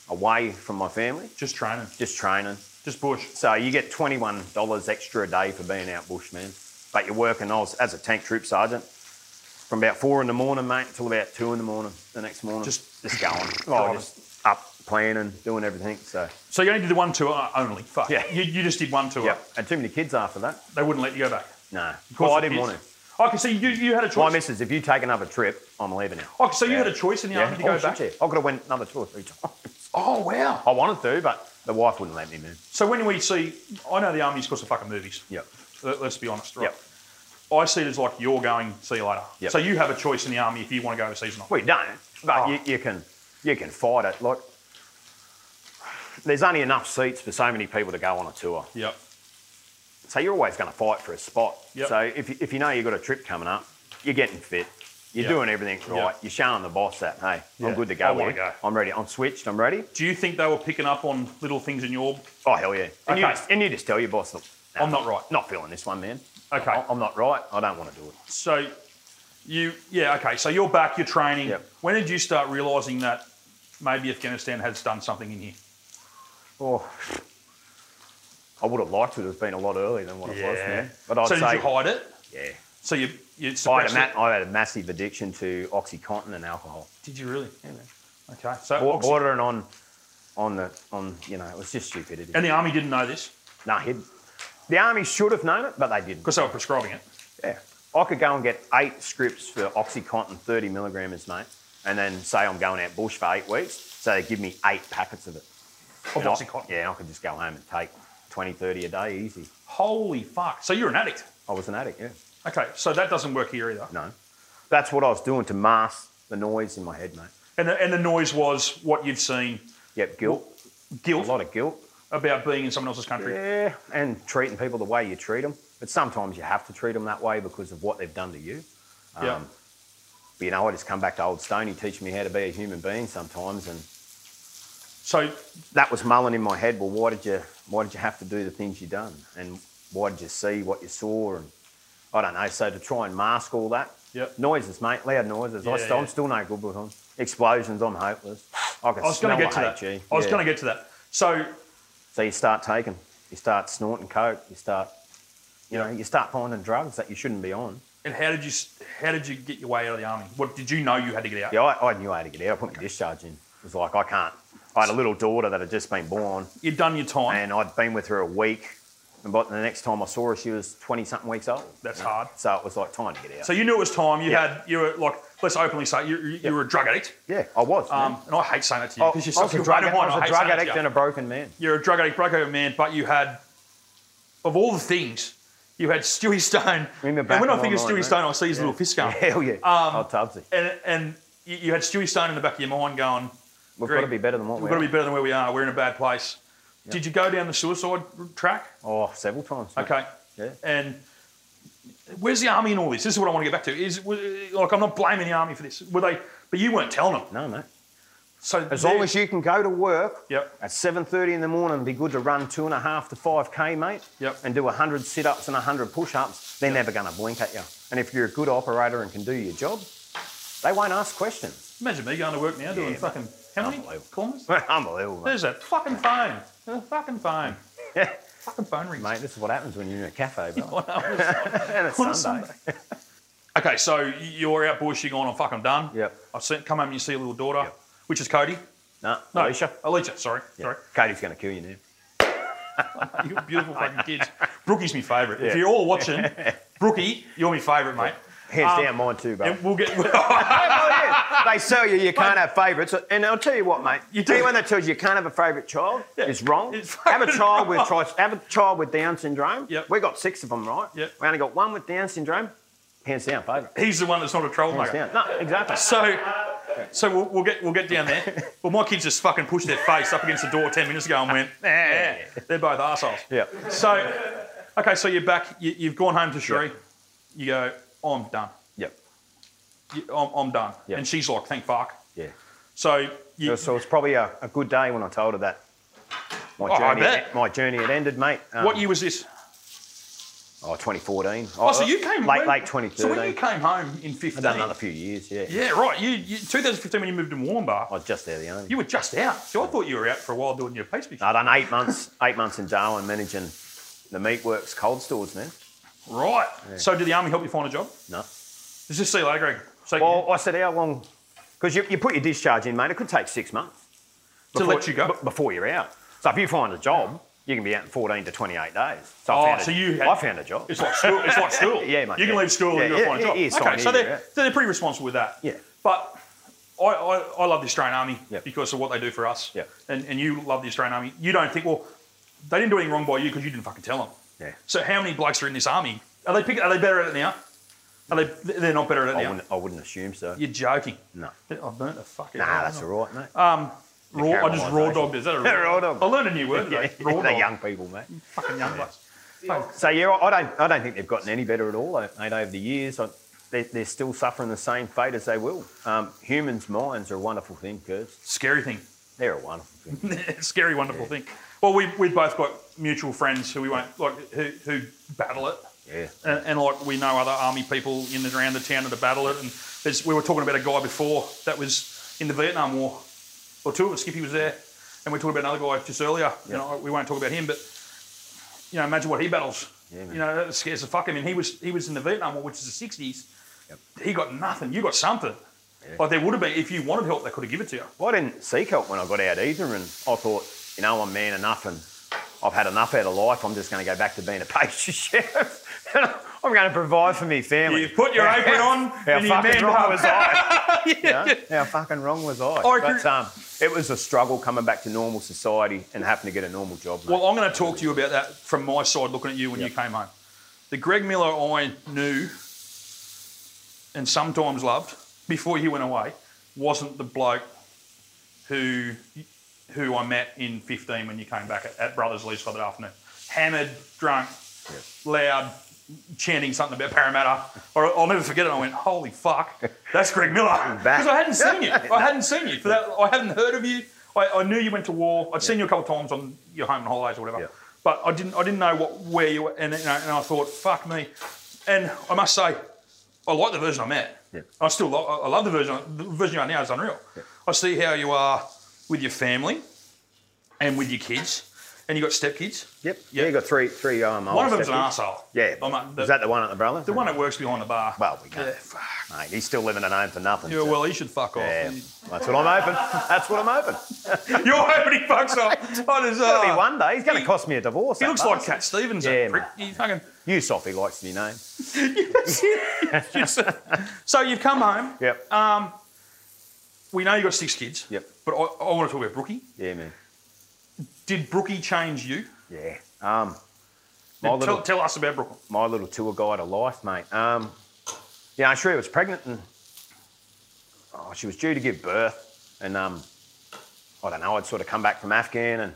E: away from my family,
D: just training,
E: just training.
D: just bush.
E: So you get $21 extra a day for being out bush, man. But you're working, I was as a tank troop sergeant from about four in the morning, mate, till about two in the morning the next morning.
D: Just-
E: just going.
D: Driving.
E: Oh, just up, planning, doing everything. So,
D: So you only did the one tour only. Fuck.
E: Yeah.
D: You, you just did one tour.
E: yeah. And too many kids after that.
D: They wouldn't let you go back.
E: No.
D: Of course
E: Well, I
D: they
E: didn't
D: did.
E: want to.
D: Okay, so you, you had a choice.
E: My missus, if you take another trip, I'm leaving now.
D: Okay, Oh, so you had a choice in the army to go
E: oh, shit,
D: back.
E: yeah. I could have went another two or three <laughs> times.
D: Oh wow.
E: I wanted to, but the wife wouldn't let me move.
D: So when we see, I know the army's course of fucking movies.
E: Yep.
D: Let, us be honest, right?
E: Yep.
D: I see it as like you're going. See you later.
E: Yep.
D: So you have a choice in the army if you want to go overseas or not.
E: We don't, but
D: Oh.
E: you, you can you can fight it. Like there's only enough seats for so many people to go on a tour.
D: Yep.
E: So you're always going to fight for a spot.
D: Yep.
E: So if you, if you know you've got a trip coming up, you're getting fit. You're
D: Yep.
E: doing everything right.
D: Yep.
E: You're showing the boss that, hey,
D: Yeah.
E: I'm good to
D: I
E: go.
D: wanna
E: here.
D: go.
E: I'm ready. I'm switched. I'm ready.
D: Do you think they were picking up on little things in your?
E: Oh, hell yeah. And, you,
D: Okay.
E: just, and you just tell your boss, look, nah,
D: I'm not right.
E: Not feeling this one, man.
D: Okay.
E: I- I'm not right. I don't want to do it.
D: So you, yeah, okay. So you're back. You're training.
E: Yep.
D: When did you start realizing that maybe Afghanistan has done something in here?
E: Oh, I would have liked it to have been a lot earlier than what it was, man. But I'd
D: so
E: say,
D: did you hide it?
E: yeah.
D: So you you
E: I had,
D: suppressed
E: a
D: it?
E: ma- I had a massive addiction to OxyContin and alcohol,
D: Did you really? Okay. So
E: Bo-
D: Oxy-
E: bordering on, on the, on you know, it was just stupidity.
D: and the army didn't know this
E: no, he'd, the army should have known it, but they didn't.
D: because they were prescribing it.
E: Yeah. I could go and get eight scripts for OxyContin, 30 milligrams, mate, and then say I'm going out bush for eight weeks. So they give me eight packets of it.
D: Of
E: And I-
D: OxyContin.
E: yeah, I could just go home and take 20, 30 a day, easy.
D: Holy fuck! So you're an addict.
E: I was an addict, yeah.
D: Okay. So that doesn't work here either.
E: No. That's what I was doing to mask the noise in my head, mate.
D: And the, and the noise was what you'd seen
E: Yep, guilt.
D: guilt
E: A lot of guilt.
D: about being in someone else's country.
E: Yeah, and treating people the way you treat them. But sometimes you have to treat them that way because of what they've done to you.
D: Yeah.
E: Um, But you know, I just come back to Old Stoney teaching me how to be a human being sometimes. And
D: So
E: that was mulling in my head. Well, why did you, why did you have to do the things you done? And why did you see what you saw? And I don't know. So to try and mask all that,
D: Yep.
E: noises, mate, loud noises. I
D: Yeah,
E: still,
D: yeah.
E: I'm still no good with them. Explosions, I'm hopeless. I, can
D: I was
E: going to
D: get to that.
E: E.
D: I was going to get to that. So
E: So you start taking, you start snorting coke, you start, you know, you start finding drugs that you shouldn't be on.
D: and how did you how did you get your way out of the army? What did you know you had to get out?
E: Yeah, I, I knew I had to get out. I put my discharge in. It was like I can't. I had a little daughter that had just been born,
D: You'd done your time.
E: and I'd been with her a week. And by the next time I saw her, she was twenty something weeks old.
D: That's hard.
E: So it was like time to get out.
D: So you knew it was time. You
E: Yeah.
D: had you were like let's openly say you, you, you were a drug addict.
E: yeah, I was.
D: Um,
E: man.
D: and I hate saying that to you
E: I, I
D: because you're such a
E: was a drug,
D: I
E: I
D: don't want-
E: was
D: I
E: a
D: hate
E: drug
D: saying that to
E: addict
D: you.
E: and a broken man.
D: You're a drug addict, breakover man, but you had, of all the things, you had Stewie Stone.
E: Remember
D: and
E: back
D: when I
E: in
D: think of Stewie
E: 09,
D: Stone, I see his little fist going.
E: <laughs> Hell yeah.
D: Um,
E: oh, Tubbsy.
D: And, and you you had Stewie Stone in the back of your mind going,
E: We've
D: Greg,
E: got to be better than what
D: we've
E: we're.
D: got to be better than where we are. We're in a bad place. Did you go down the suicide track?
E: Oh, several times. mate.
D: Okay.
E: Yeah.
D: And where's the army in all this? This is what I want to get back to. Is like I'm not blaming the army for this. Were they? But you weren't telling them.
E: No, mate.
D: So
E: As long as you can go to work
D: Yep.
E: at 7.30 in the morning, be good to run two and a half to 5K, mate,
D: Yep.
E: and do 100 sit-ups and 100 push-ups, they're never going to blink at you. And if you're a good operator and can do your job, they won't ask
D: <laughs>
E: questions.
D: imagine me going to work now doing
E: mate.
D: fucking how many
E: Unbelievable.
D: kilometers?
E: Unbelievable, mate.
D: There's that fucking phone. The fucking phone. fucking phone rings. <laughs>
E: Mate, this is what happens when you're in a cafe, bro.
D: On a-
E: and it's
D: on a
E: Sunday.
D: Sunday. okay, so you're out bushing on. I'm fucking done.
E: Yep.
D: I've seen, come home and you see a little daughter,
E: Yep.
D: which is Cody.
E: No,
D: No,
E: Alicia.
D: Alicia, sorry.
E: Yeah.
D: Sorry. <laughs>
E: Katie's going to kill you now.
D: You're beautiful
E: <laughs>
D: fucking kids. Brookie's my favourite. If
E: Yeah.
D: you're all
E: <laughs>
D: watching, Brookie, you're my favourite, mate.
E: Hands
D: Um,
E: down, mine too, bro.
D: And we'll get. <laughs>
E: they sell you, you can't have favourites. And I'll tell you what, mate.
D: You do.
E: Anyone that tells you you can't have a favourite child
D: Yeah.
E: is wrong.
D: It's
E: have a
D: fucking
E: child with
D: wrong.
E: tri- have a child with Down syndrome.
D: Yep.
E: We got six of them, right?
D: Yep.
E: We only got one with Down syndrome. Hands down, favourite.
D: He's the one that's not a troll, mate.
E: Hands down. No, exactly.
D: So, so we'll, we'll get we'll get down there. Well, my kids just fucking pushed their face up against the door ten minutes ago and
E: <laughs>
D: went, "Eh, eh, they're both assholes.
E: Yeah.
D: So, okay, so you're back. You, you've gone home to Sheree.
E: Yeah.
D: You go, "Oh, I'm done.
E: Yep.
D: You, I'm, I'm done.
E: Yeah.
D: And she's like, thank fuck.
E: Yeah.
D: So you,
E: So it's probably a, a good day when I told her that. My
D: Oh, I
E: journey,
D: bet.
E: Had, my journey had ended, mate. Um,
D: what year was this?
E: Oh, 2014.
D: Oh, so you came
E: late,
D: when-
E: late 2013.
D: So when you came home in 15,
E: I've done another few years. Yeah.
D: yeah, right. You, you 2015 when you moved to Warmbar,
E: I was just there the only.
D: you were just out. So I thought you were out for a while doing your pastry.
E: I done eight months, eight months in Darwin managing the Meatworks cold stores, man.
D: Right. So did the army help you find a job?
E: No.
D: Let's just see you later, Greg. So
E: Well, I said, how long? Because you, you put your discharge in, mate. It could take six months
D: to let you go.
E: b- before you're out. So if you find a job, you can be out in 14 to 28 days. So I
D: Oh,
E: found
D: so
E: a,
D: you had-
E: I found a job.
D: It's like school. It's
E: <laughs>
D: like school.
E: Yeah, mate,
D: You can
E: yeah.
D: leave school
E: Yeah,
D: and go
E: yeah,
D: find a
E: yeah,
D: job.
E: it is
D: okay,
E: fine
D: so
E: either,
D: they're,
E: yeah.
D: so they're pretty responsible with that.
E: Yeah.
D: But I, I, I love the Australian Army
E: Yep.
D: because of what they do for us.
E: Yep.
D: And, and you love the Australian Army. You don't think, well, they didn't do anything wrong by you because you didn't fucking tell them.
E: Yeah.
D: So how many blokes are in this army? Are they pick, Are they better at it now? Are they? They're not better at it
E: I
D: now.
E: wouldn't, I wouldn't assume so.
D: You're joking.
E: Oh, No.
D: I burnt the fuck out.
E: Nah, that's all right, mate.
D: Oh, Raw, I just raw
E: caramelisation.
D: dogged. it. Is
E: <laughs>
D: that a
E: Raw dogged.
D: I learned a new word
E: <laughs> yeah,
D: today. Raw
E: they're
D: dog.
E: young people, mate.
D: Fucking young blokes.
E: So yeah, I I don't, I don't think they've gotten any better at all, eh, mate. Over the years, I, they're, they're still suffering the same fate as they will. Um, humans' minds are a wonderful thing, Kurz.
D: Scary thing.
E: They're a wonderful thing.
D: <laughs> scary, wonderful thing. Well, we we both got mutual friends who we won't like who, who battle it,
E: Yeah.
D: and, and like we know other army people in and around the town that are battle it. And there's, we were talking about a guy before that was in the Vietnam War, or two of us. Skippy was there, and we talked about another guy just earlier. You know, we won't talk about him, but you know, imagine what he battles. you know, that scares the fuck. I mean, he was he was in the Vietnam War, which is the '60s. He got nothing. You got something. Like there would have been if you wanted help, they could have given it to you.
E: Well, I didn't seek help when I got out either, and I thought, you know, I'm man enough, and I've had enough out of life. I'm just going to go back to being a <laughs> pastry chef. I'm going to provide for me family.
D: You put your apron on
E: <laughs> How
D: and you
E: fucking
D: manned
E: wrong
D: up.
E: was I?
D: <laughs>
E: You know? How fucking wrong was I?
D: I agree.
E: but um, it was a struggle coming back to normal society and having to get a normal job. mate.
D: Well, I'm going to talk to you about that from my side, looking at you when you came home. The Greg Miller I knew and sometimes loved before you went away wasn't the bloke who who I met in 15 when you came back at, at Brothers Lee's for that afternoon. Hammered, drunk, loud, chanting something about Parramatta. Or I'll never forget it. I went, holy fuck, that's Greg Miller.
E: <laughs>
D: Because I hadn't seen you. I hadn't seen you. For that, I hadn't heard of you. I, I knew you went to war. I'd seen you a couple of times on your home and holidays or whatever.
E: Yeah.
D: But I didn't I didn't know what where you were. And, you know, and I thought, fuck me. And I must say, I like the version I met.
E: Yeah.
D: I still lo- I I love the version. The version you are now is unreal. I see how you are with your family and with your kids, and you got stepkids.
E: Yep. Yeah, you got three, three. Um,
D: One of them's an arsehole.
E: Yeah.
D: I'm a- the,
E: Is that the one at the brother?
D: the one that works behind the bar?
E: Well, we can't.
D: Yeah, fuck.
E: Mate, he's still living at home for nothing.
D: Yeah,
E: so-
D: well, he Uh, should fuck off.
E: Yeah, that's what I'm open. That's what I'm open.
D: <laughs> You're hoping he fucks
E: <laughs>
D: off. Oh, there's,
E: That'll
D: uh,
E: be one day. He's going to cost me a divorce.
D: He
E: that
D: looks like
E: bastard.
D: Cat Stevens. eh,
E: Yeah,
D: Yeah, prick. He fucking.
E: Yusuf, he likes to be named.
D: so you've come home.
E: Yep.
D: We know you got six kids.
E: Yep.
D: But I, I want to talk about Brookie.
E: yeah, man.
D: Did Brookie change you?
E: Yeah. Um, my little,
D: Tell, tell us about Brookie.
E: my little tour guide of life, mate. Um, yeah, I'm sure was pregnant and oh, she was due to give birth, and um, I don't know. I'd sort of come back from Afghan, and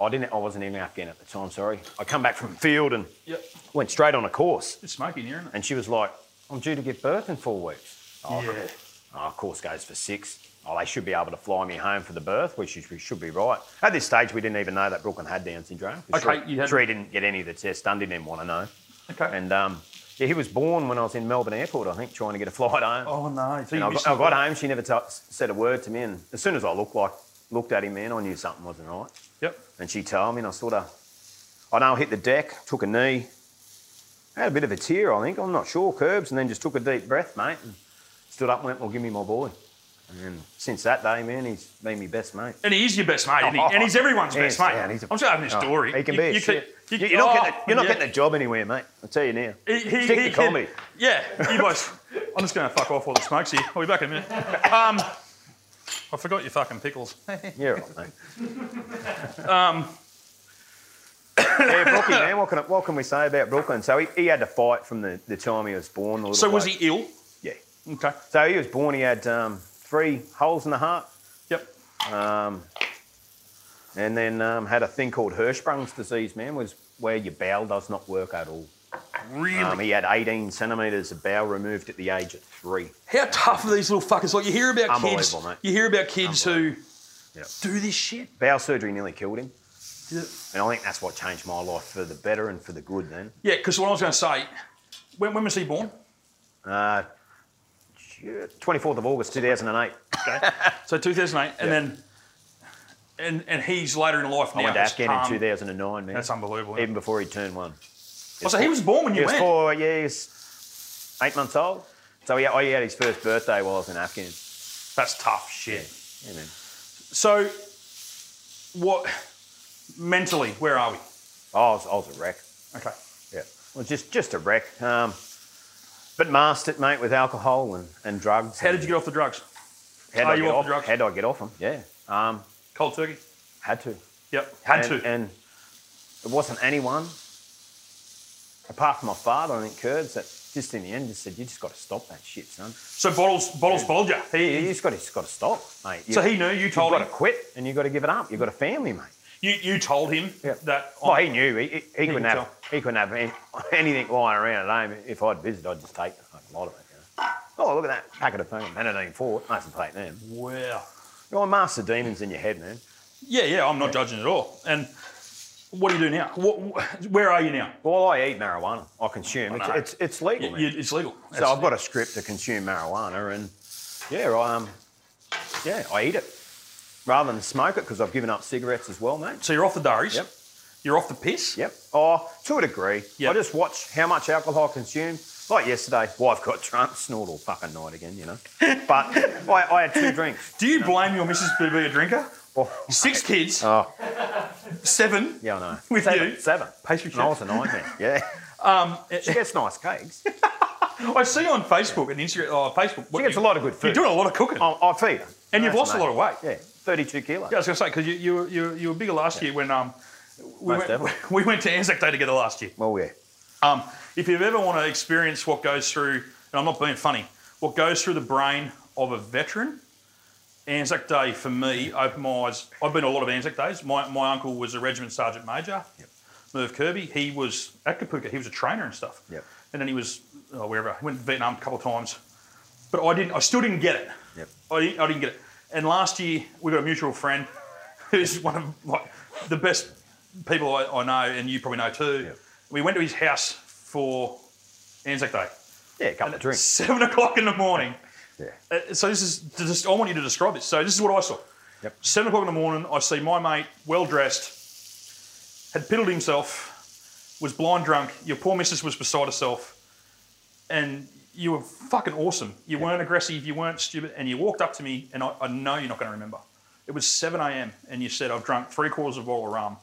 E: I didn't. I wasn't in Afghan at the time. Sorry. I come back from field and
D: Yep.
E: went straight on a course,
D: It's smoky near, isn't it?
E: and she was like, "I'm due to give birth in four weeks." Oh,
D: Yeah.
E: Our course goes for six. Oh, they should be able to fly me home for the birth, which is- we should be right. At this stage, we didn't even know that Brooklyn had Down syndrome.
D: Okay,
E: Sheree,
D: you had-
E: Sheree didn't get any of the tests done, didn't even want to know.
D: Okay.
E: And um, yeah, he was born when I was in Melbourne Airport, I think, trying to get a flight home.
D: Oh no! So
E: and
D: you
E: I
D: missed
E: got, I
D: it.
E: got home, she never t- said a word to me. And as soon as I looked like looked at him, man, I knew something wasn't right.
D: Yep.
E: And she told me, and I sort of, I know, hit the deck, took a knee, had a bit of a tear, I think, I'm not sure, curbs, and then just took a deep breath, mate, and stood up and went, Well, give me my boy. And then since that day, man, he's been my best mate.
D: And he is your best mate, isn't he?
E: Oh,
D: and he's everyone's
E: yes,
D: best mate.
E: yeah, and he's a-
D: I'm just having a
E: oh,
D: story.
E: He can
D: You-
E: be a
D: you
E: shit.
D: you-
E: You- you're not,
D: oh,
E: getting, a, you're not
D: yeah.
E: getting a job anywhere, mate. I'll tell you now.
D: He- he-
E: Stick
D: he
E: to
D: can-
E: comedy.
D: Yeah, you
E: <laughs>
D: boys. I'm just going to fuck off all the smokes here. I'll be back in a minute. Um, I forgot your fucking pickles.
E: Yeah, right, mate.
D: <laughs>
E: um. yeah, Brooklyn, man. What can, I- what can we say about Brooklyn? So he, he had to fight from the, the time he was born. the little
D: so was
E: bloke.
D: he ill?
E: Yeah.
D: Okay.
E: So he was born. He had um, three holes in the heart,
D: Yep.
E: um, and then um, had a thing called Hirschsprung's disease. Man, was where your bowel does not work at all.
D: Really?
E: Um, he had 18 centimetres of bowel removed at the age of three.
D: How tough are these little fuckers? Like you hear about kids.
E: Unbelievable, mate.
D: You hear about kids who
E: Yep.
D: do this shit.
E: Bowel surgery nearly killed him,
D: Yeah.
E: and I think that's what changed my life for the better and for the good. Then
D: Yeah, because what I was going to say, when, when was he born?
E: Uh, 24th of August 2008.
D: So 2008, and then, and and he's later in life now.
E: I went to
D: has
E: Afghan in
D: calmed-
E: 2009, man.
D: um, That's unbelievable. isn't it?
E: Even before he turned one.
D: Oh, so he was born when
E: He
D: you
E: was
D: went.
E: four years, eight months old. So he, I had his first birthday while I was in Afghan.
D: That's tough shit.
E: Yeah, man.
D: So, what mentally? Where are we?
E: Oh, I was, I was a wreck.
D: Okay.
E: Yeah. Well, just just a wreck. Um, but masked it, mate, with alcohol and, and drugs.
D: How did you get off the drugs?
E: How'd
D: are
E: I
D: you
E: get
D: off the drugs?
E: How'd I get off them? Yeah. Um,
D: Cold turkey.
E: had to.
D: Yep. Had
E: and,
D: to.
E: And it wasn't anyone, apart from my father, I think Curbs, that just in the end just said, you just got to stop that shit, son.
D: so bottles, bottles, followed you.
E: He, you just got to got to stop, mate. You,
D: So he knew you told
E: You've got
D: him?
E: to quit and you've got to give it up. You've got a family, mate.
D: You, you told him that.
E: Well, he knew. He, he, he couldn't
D: could
E: have
D: tell.
E: he couldn't have any, <laughs> anything lying around at home. If I'd visited, I'd just take a fucking lot of it. You know? Oh, look at that packet of fucking Panadine Fort. Nice and take them.
D: Wow.
E: You're master demons in your head, man.
D: Yeah, yeah. I'm not judging at all. And what do you do now? What, where are you now?
E: Well, I eat marijuana. I consume. It's,
D: know.
E: it's, it's legal.
D: You-
E: man.
D: you- it's legal.
E: So I've got a script to consume marijuana, and yeah, I, um, yeah, I eat it rather than smoke it because I've given up cigarettes as well, mate.
D: So you're off the diaries.
E: Yep.
D: You're off the piss.
E: Yep. Oh, to a degree.
D: Yep.
E: I just watch how much alcohol I consume. Like yesterday, wife got drunk, snored all fucking night
D: <laughs>
E: again, you know. But I, I had two drinks.
D: Do you blame your missus for being a drinker?
E: Oh,
D: Six kids.
E: Oh.
D: Seven.
E: yeah, I know.
D: <laughs> With
E: seven,
D: you?
E: Seven.
D: Pastry
E: And I
D: chef.
E: was a
D: <laughs>
E: nightmare. Yeah.
D: Um,
E: She gets
D: <laughs>
E: nice cakes.
D: I see on Facebook and Instagram. Oh, Facebook.
E: She gets a lot of good
D: You're
E: food. Oh,
D: doing a lot of cooking.
E: I, I feed her.
D: And you've
E: That's
D: lost a lot of
E: amazing.
D: weight.
E: Yeah, 32 kilos.
D: Yeah, I was gonna say because you, you were- you were- you were bigger last year when um we went,
E: Most definitely.
D: <laughs> we went to Anzac Day together last year.
E: Well, yeah.
D: Um, if you ever want to experience what goes through, and I'm not being funny, what goes through the brain of a veteran, Anzac Day for me opened my eyes. I've been to a lot of Anzac Days. My my uncle was a regiment sergeant major, Merv Kirby. He was at Kapuka. He was a trainer and stuff.
E: Yep.
D: And then he was oh, wherever. He went to Vietnam a couple of times, but I didn't. I still didn't get it.
E: Yep.
D: I didn't, I didn't get it. And last year, we got a mutual friend <laughs> who's one of like, the best people I, I know, and you probably know too.
E: Yeah.
D: We went to his house for Anzac Day.
E: Yeah, a couple of drinks.
D: Seven o'clock in the morning.
E: Yeah.
D: Uh, so this is just, I want you to describe this. So this is what I saw.
E: Yep.
D: Seven o'clock in the morning, I see my mate, well dressed, had piddled himself, was blind drunk. Your poor missus was beside herself, and you were fucking awesome. You weren't aggressive, you weren't stupid, and you walked up to me, and I, I know you're not going to remember. It was 7 a.m., and you said, I've drunk three quarters of a bottle of rum,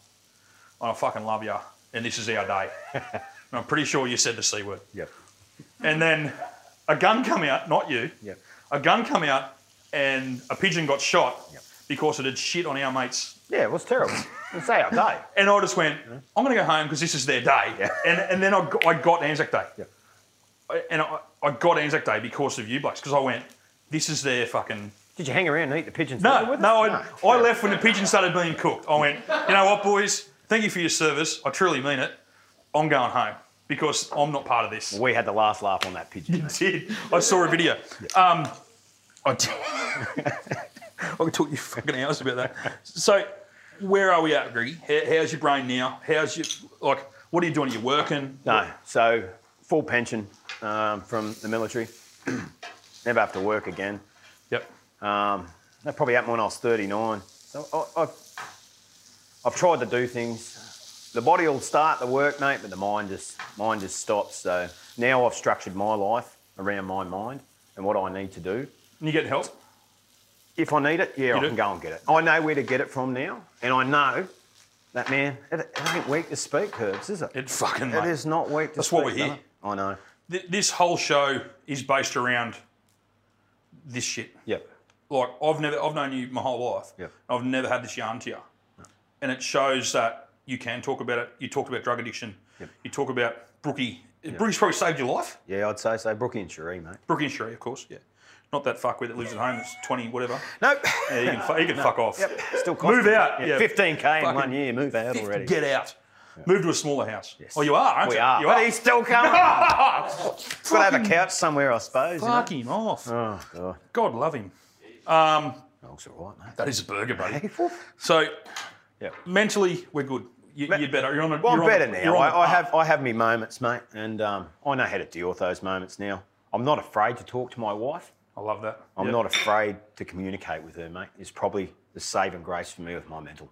D: and I fucking love you, and this is our
E: <laughs>
D: day. and I'm pretty sure you said the C word.
E: Yep.
D: And then a gun come out, not you.
E: Yep.
D: A gun come out and a pigeon got shot
E: Yep.
D: because it had shit on our mates.
E: Yeah, it was terrible. It's our day.
D: And I just went, I'm going to go home because this is their day.
E: Mm-hmm. Yeah.
D: <laughs> And, and then I got, I got Anzac Day.
E: Yep.
D: I- And I, I got Anzac Day because of you blokes because I went, this is their fucking.
E: Did you hang around and eat the pigeons?
D: No,
E: with
D: no,
E: us?
D: I, I left when the pigeon started being cooked. I went, you know what, boys? Thank you for your service. I truly mean it. I'm going home because I'm not part of this.
E: We had the last laugh on that
D: <laughs>
E: pigeon. mate.
D: did. I saw a video. Um, I <laughs> did. I could talk you fucking hours about that. So, where are we at, Griggy? How, how's your brain now? How's your like? What are you doing? Are you working?
E: No, so full pension um, from the military. <clears throat> Never have to work again.
D: Yep.
E: Um, that probably happened when I was 39. So I, I've, I've tried to do things. The body will start the work, mate, but the mind just mind just stops. So now I've structured my life around my mind and what I need to do.
D: And you getting help?
E: If I need it, yeah, I
D: do?
E: can go and get it. I know where to get it from now, and I know that man. It, it ain't weak to speak, Herbs, is it?
D: It fucking.
E: It is not weak to
D: That's
E: speak.
D: what we're here.
E: brother. I know.
D: Th- this whole show is based around this shit.
E: Yep.
D: Like I've never, I've known you my whole life.
E: Yep.
D: I've never had this yarn to you, and it shows that you can talk about it. You talked about drug addiction.
E: Yep.
D: You talk about Brookie. Brookie's probably saved your life.
E: Yeah, I'd say so. Brookie and Cherie, mate.
D: Brookie and Sheree, of course, yeah. Not that fuckwit that lives at home that's 20, whatever.
E: <laughs> Nope.
D: Yeah, you can, fu- you can fuck off.
E: Yep. Still cost
D: Move
E: me.
D: out. Yeah.
E: Yeah, 15k in
D: Fucking
E: one year. Move out already.
D: Get out. Move to a smaller house. Oh, you are, aren't
E: we
D: you?
E: are.
D: You
E: but
D: are.
E: he's
D: <laughs>
E: still <laughs> coming. Got to have a couch somewhere, I suppose. you know?
D: Fuck him off.
E: Oh, God.
D: God love him.
E: Dogs are right, mate. <laughs>
D: That is a burger, buddy. So,
E: Yeah.
D: mentally, we're good. You, you're better. You're on the.
E: Well,
D: you're
E: I'm
D: on the-
E: better
D: you're
E: now.
D: on the
E: I, I
D: up.
E: have I have me moments, mate, and um, I know how to deal with those moments now. I'm not afraid to talk to my wife.
D: I love that.
E: I'm
D: Yeah.
E: not afraid to communicate with her, mate. It's probably the saving grace for me with my mental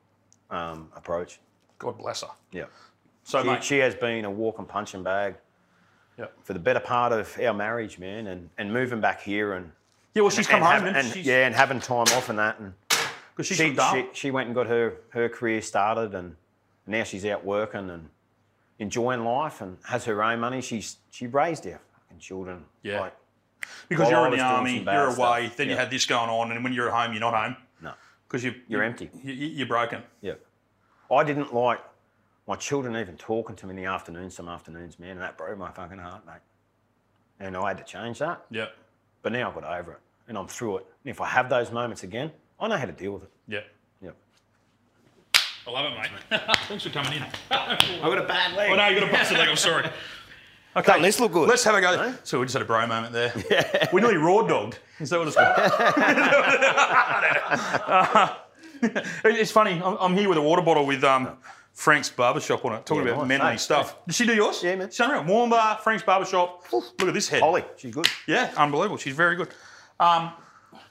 E: um, approach.
D: God bless her.
E: Yeah.
F: So,
E: She,
F: mate,
E: she has been a walking punching bag
F: Yep.
E: for the better part of our marriage, man, and, and moving back here and
F: yeah, well, she's come
E: and
F: home
E: having-
F: and,
E: and-
F: she's,
E: yeah, and having time off and that, and
F: 'cause she's
E: she,
F: from Darwin.
E: she she went and got her her career started, and now she's out working and enjoying life, and has her own money. She's she raised her fucking children.
F: Yeah.
E: like,
F: because
E: while
F: you're
E: I
F: in the
E: was doing
F: army,
E: some bad
F: you're
E: stuff.
F: away, then you
E: Yeah.
F: had this going on, and when you're at home, you're not home
E: no,
F: because you,
E: You're empty.
F: You, you- you're broken.
E: yeah. I didn't like my children even talking to me in the afternoon. Some afternoons, man, and that broke my fucking heart, mate. And I had to change that.
F: Yeah,
E: But now I've got over it and I'm through it. And if I have those moments again, I know how to deal with it.
F: yeah.
E: Yep.
F: I love it, mate. <laughs> Thanks for coming in.
C: I've got a bad leg.
F: Oh no, you got a busted leg. I'm sorry. Okay,
E: let's look good.
F: Let's have a go. So we just had a bro moment
E: <laughs>
F: there. We nearly raw dogged. Is that what it's called?
E: <laughs>
F: It- <laughs> it's funny. I'm, I'm here with a water bottle with um, Frank's barbershop on it, talking
E: Yeah,
F: about
E: nice.
F: manly
E: Nice.
F: stuff. Did she do yours?
E: Yeah, man.
F: She's unreal. Warm bar, Frank's barbershop. Look at this head.
E: Holly, she's good.
F: Yeah, unbelievable. She's very good. Um,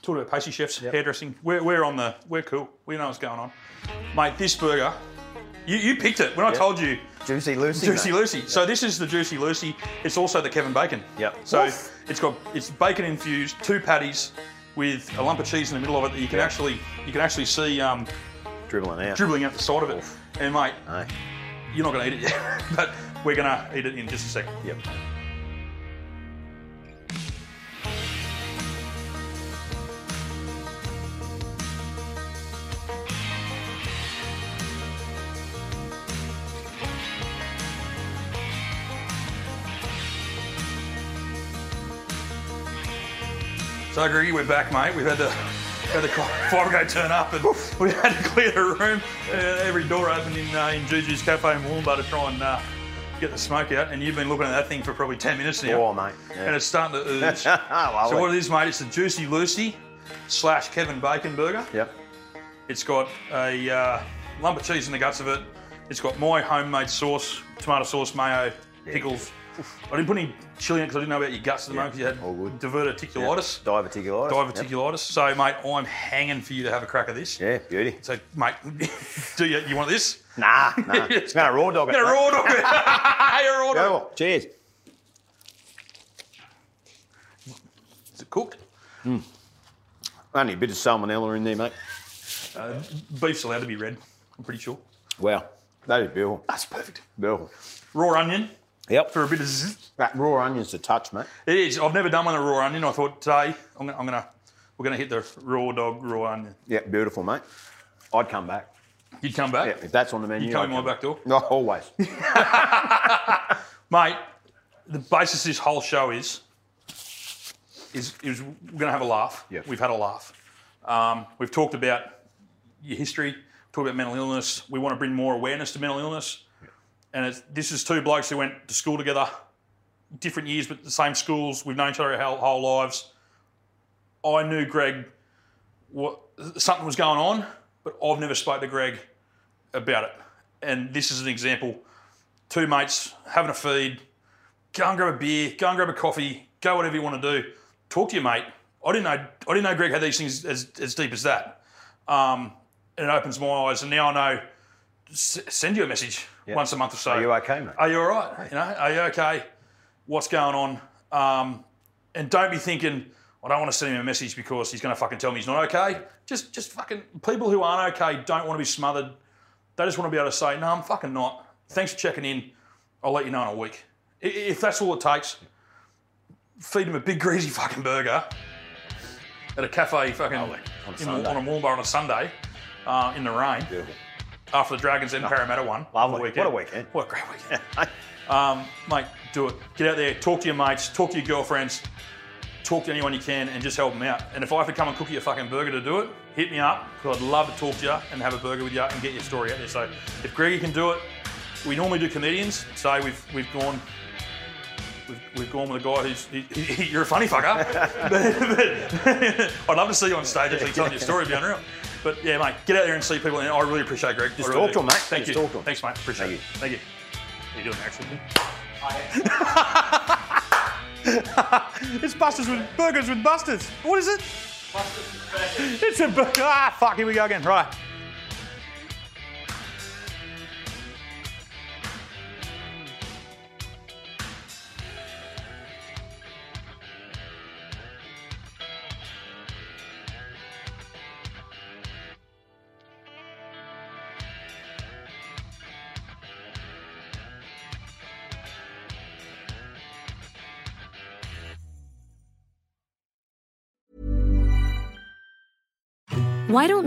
F: talking about pastry chefs, hairdressing. We're, we're on the. We're cool. We know what's going on, mate. This burger, you, you picked it when I told you.
E: Juicy Lucy.
F: Juicy
E: mate.
F: Lucy. So this is the Juicy Lucy. It's also the Kevin Bacon.
E: Yep.
F: So
E: Woof.
F: it's got it's bacon infused, two patties with a lump of cheese in the middle of it that you can actually you can actually see um,
E: Dribbling out.
F: dribbling out the side of it. And mate,
E: Aye.
F: you're not gonna eat it yet,
D: <laughs>
F: but we're gonna eat it in just a second.
E: Yep.
F: So Greggy, we're back, mate. We've had the had the fire brigade turn up, and <laughs> we had to clear the room. Uh, every door open in uh, in Juju's Cafe in Wollumbar to try and uh, get the smoke out. And you've been looking at that thing for probably ten minutes now.
E: Oh, mate. Yeah.
F: and it's starting
E: <laughs>
F: to ooze. so
E: Lovely.
F: what it is, mate, it's the Juicy Lucy slash Kevin Bacon burger.
E: Yep.
F: It's got a uh, lump of cheese in the guts of it. It's got my homemade sauce, tomato sauce, mayo, pickles. I didn't put any chili in because I didn't know about your guts at the moment because
E: all
F: you
E: good.
F: had diverticulitis.
E: Diverticulitis.
F: Diverticulitis. So, mate, I'm hanging for you to have a crack at this.
E: Yep. Yeah, beauty.
F: So, mate, <laughs> do you, you want this?
E: Nah,
F: <laughs>
E: nah. it's going to raw dog it.
F: Get a
E: mate.
F: raw
E: <laughs>
F: dog. You're a raw
E: Go
F: dog.
E: on. Cheers.
F: Is it cooked?
E: Only a bit of salmonella in there, mate.
F: Beef's allowed to be red, I'm pretty sure.
E: Wow. That is beautiful.
F: That's perfect.
E: Beautiful.
F: Raw onion
E: Yep.
F: for a bit of zzz.
E: that raw onion's a touch, mate.
F: It is. I've never done one of raw onion. I thought today I'm gonna, I'm gonna we're gonna hit the raw dog raw onion.
E: Yeah, beautiful, mate. I'd come back.
F: You'd come
E: Yeah,
F: back.
E: if that's on the menu.
F: You'd come
E: I'd
F: in my back door,
E: No, always.
F: mate. The basis of this whole show is is is we're gonna have a laugh.
E: Yeah.
F: We've had a laugh. Um, we've talked about your history. Talked about mental illness. We want to bring more awareness to mental illness. And it's, this is two blokes who went to school together, different years, but the same schools. We've known each other our whole, whole lives. I knew Greg, what, something was going on, but I've never spoke to Greg about it. And this is an example. Two mates having a feed, go and grab a beer, go and grab a coffee, go whatever you want to do. Talk to your mate. I didn't know, I didn't know Greg had these things as, as deep as that. Um, and it opens my eyes. And now I know, s- send you a message once a month or so.
E: Are you okay, mate?
F: Are you all right? You know, are you okay? What's going on? Um, and don't be thinking, I don't want to send him a message because he's going to fucking tell me he's not okay. Just, just fucking people who aren't okay don't want to be smothered. They just want to be able to say, no, I'm fucking not. Thanks for checking in. I'll let you know in a week. I- i- If that's all it takes, feed him a big greasy fucking burger at a cafe fucking
E: on a
F: in-
E: Sunday.
F: on a warm bar on a Sunday uh, in the rain
E: Beautiful. Oh,
F: after the Dragons and Parramatta won.
E: Lovely.
F: on the
E: What a weekend.
F: What a great weekend. <laughs> um, mate, do it. Get out there, talk to your mates, talk to your girlfriends, talk to anyone you can, and just help them out. And if I have to come and cook you a fucking burger to do it, hit me up because I'd love to talk to you and have a burger with you and get your story out there. So if Greggy can do it, we normally do comedians. Today we've we've gone. We've, we've gone with a guy who's he, he- you're a funny
E: <laughs>
F: fucker. <laughs> but, but I'd love to see you on stage actually telling your story. It'd be unreal. But yeah, mate, get out there and see people. And I really appreciate Greg.
E: Just
F: I really
E: talk to
F: do.
E: 'em, mate.
F: Thank
E: Just
F: you.
E: talk to 'em.
F: Thanks, mate. Appreciate
E: Thank
F: it. Thank you. How you doing, actually? it's Busters with burgers with Busters. What is it? It's a burger. Ah, fuck. Here we go again. Right.
G: Why don't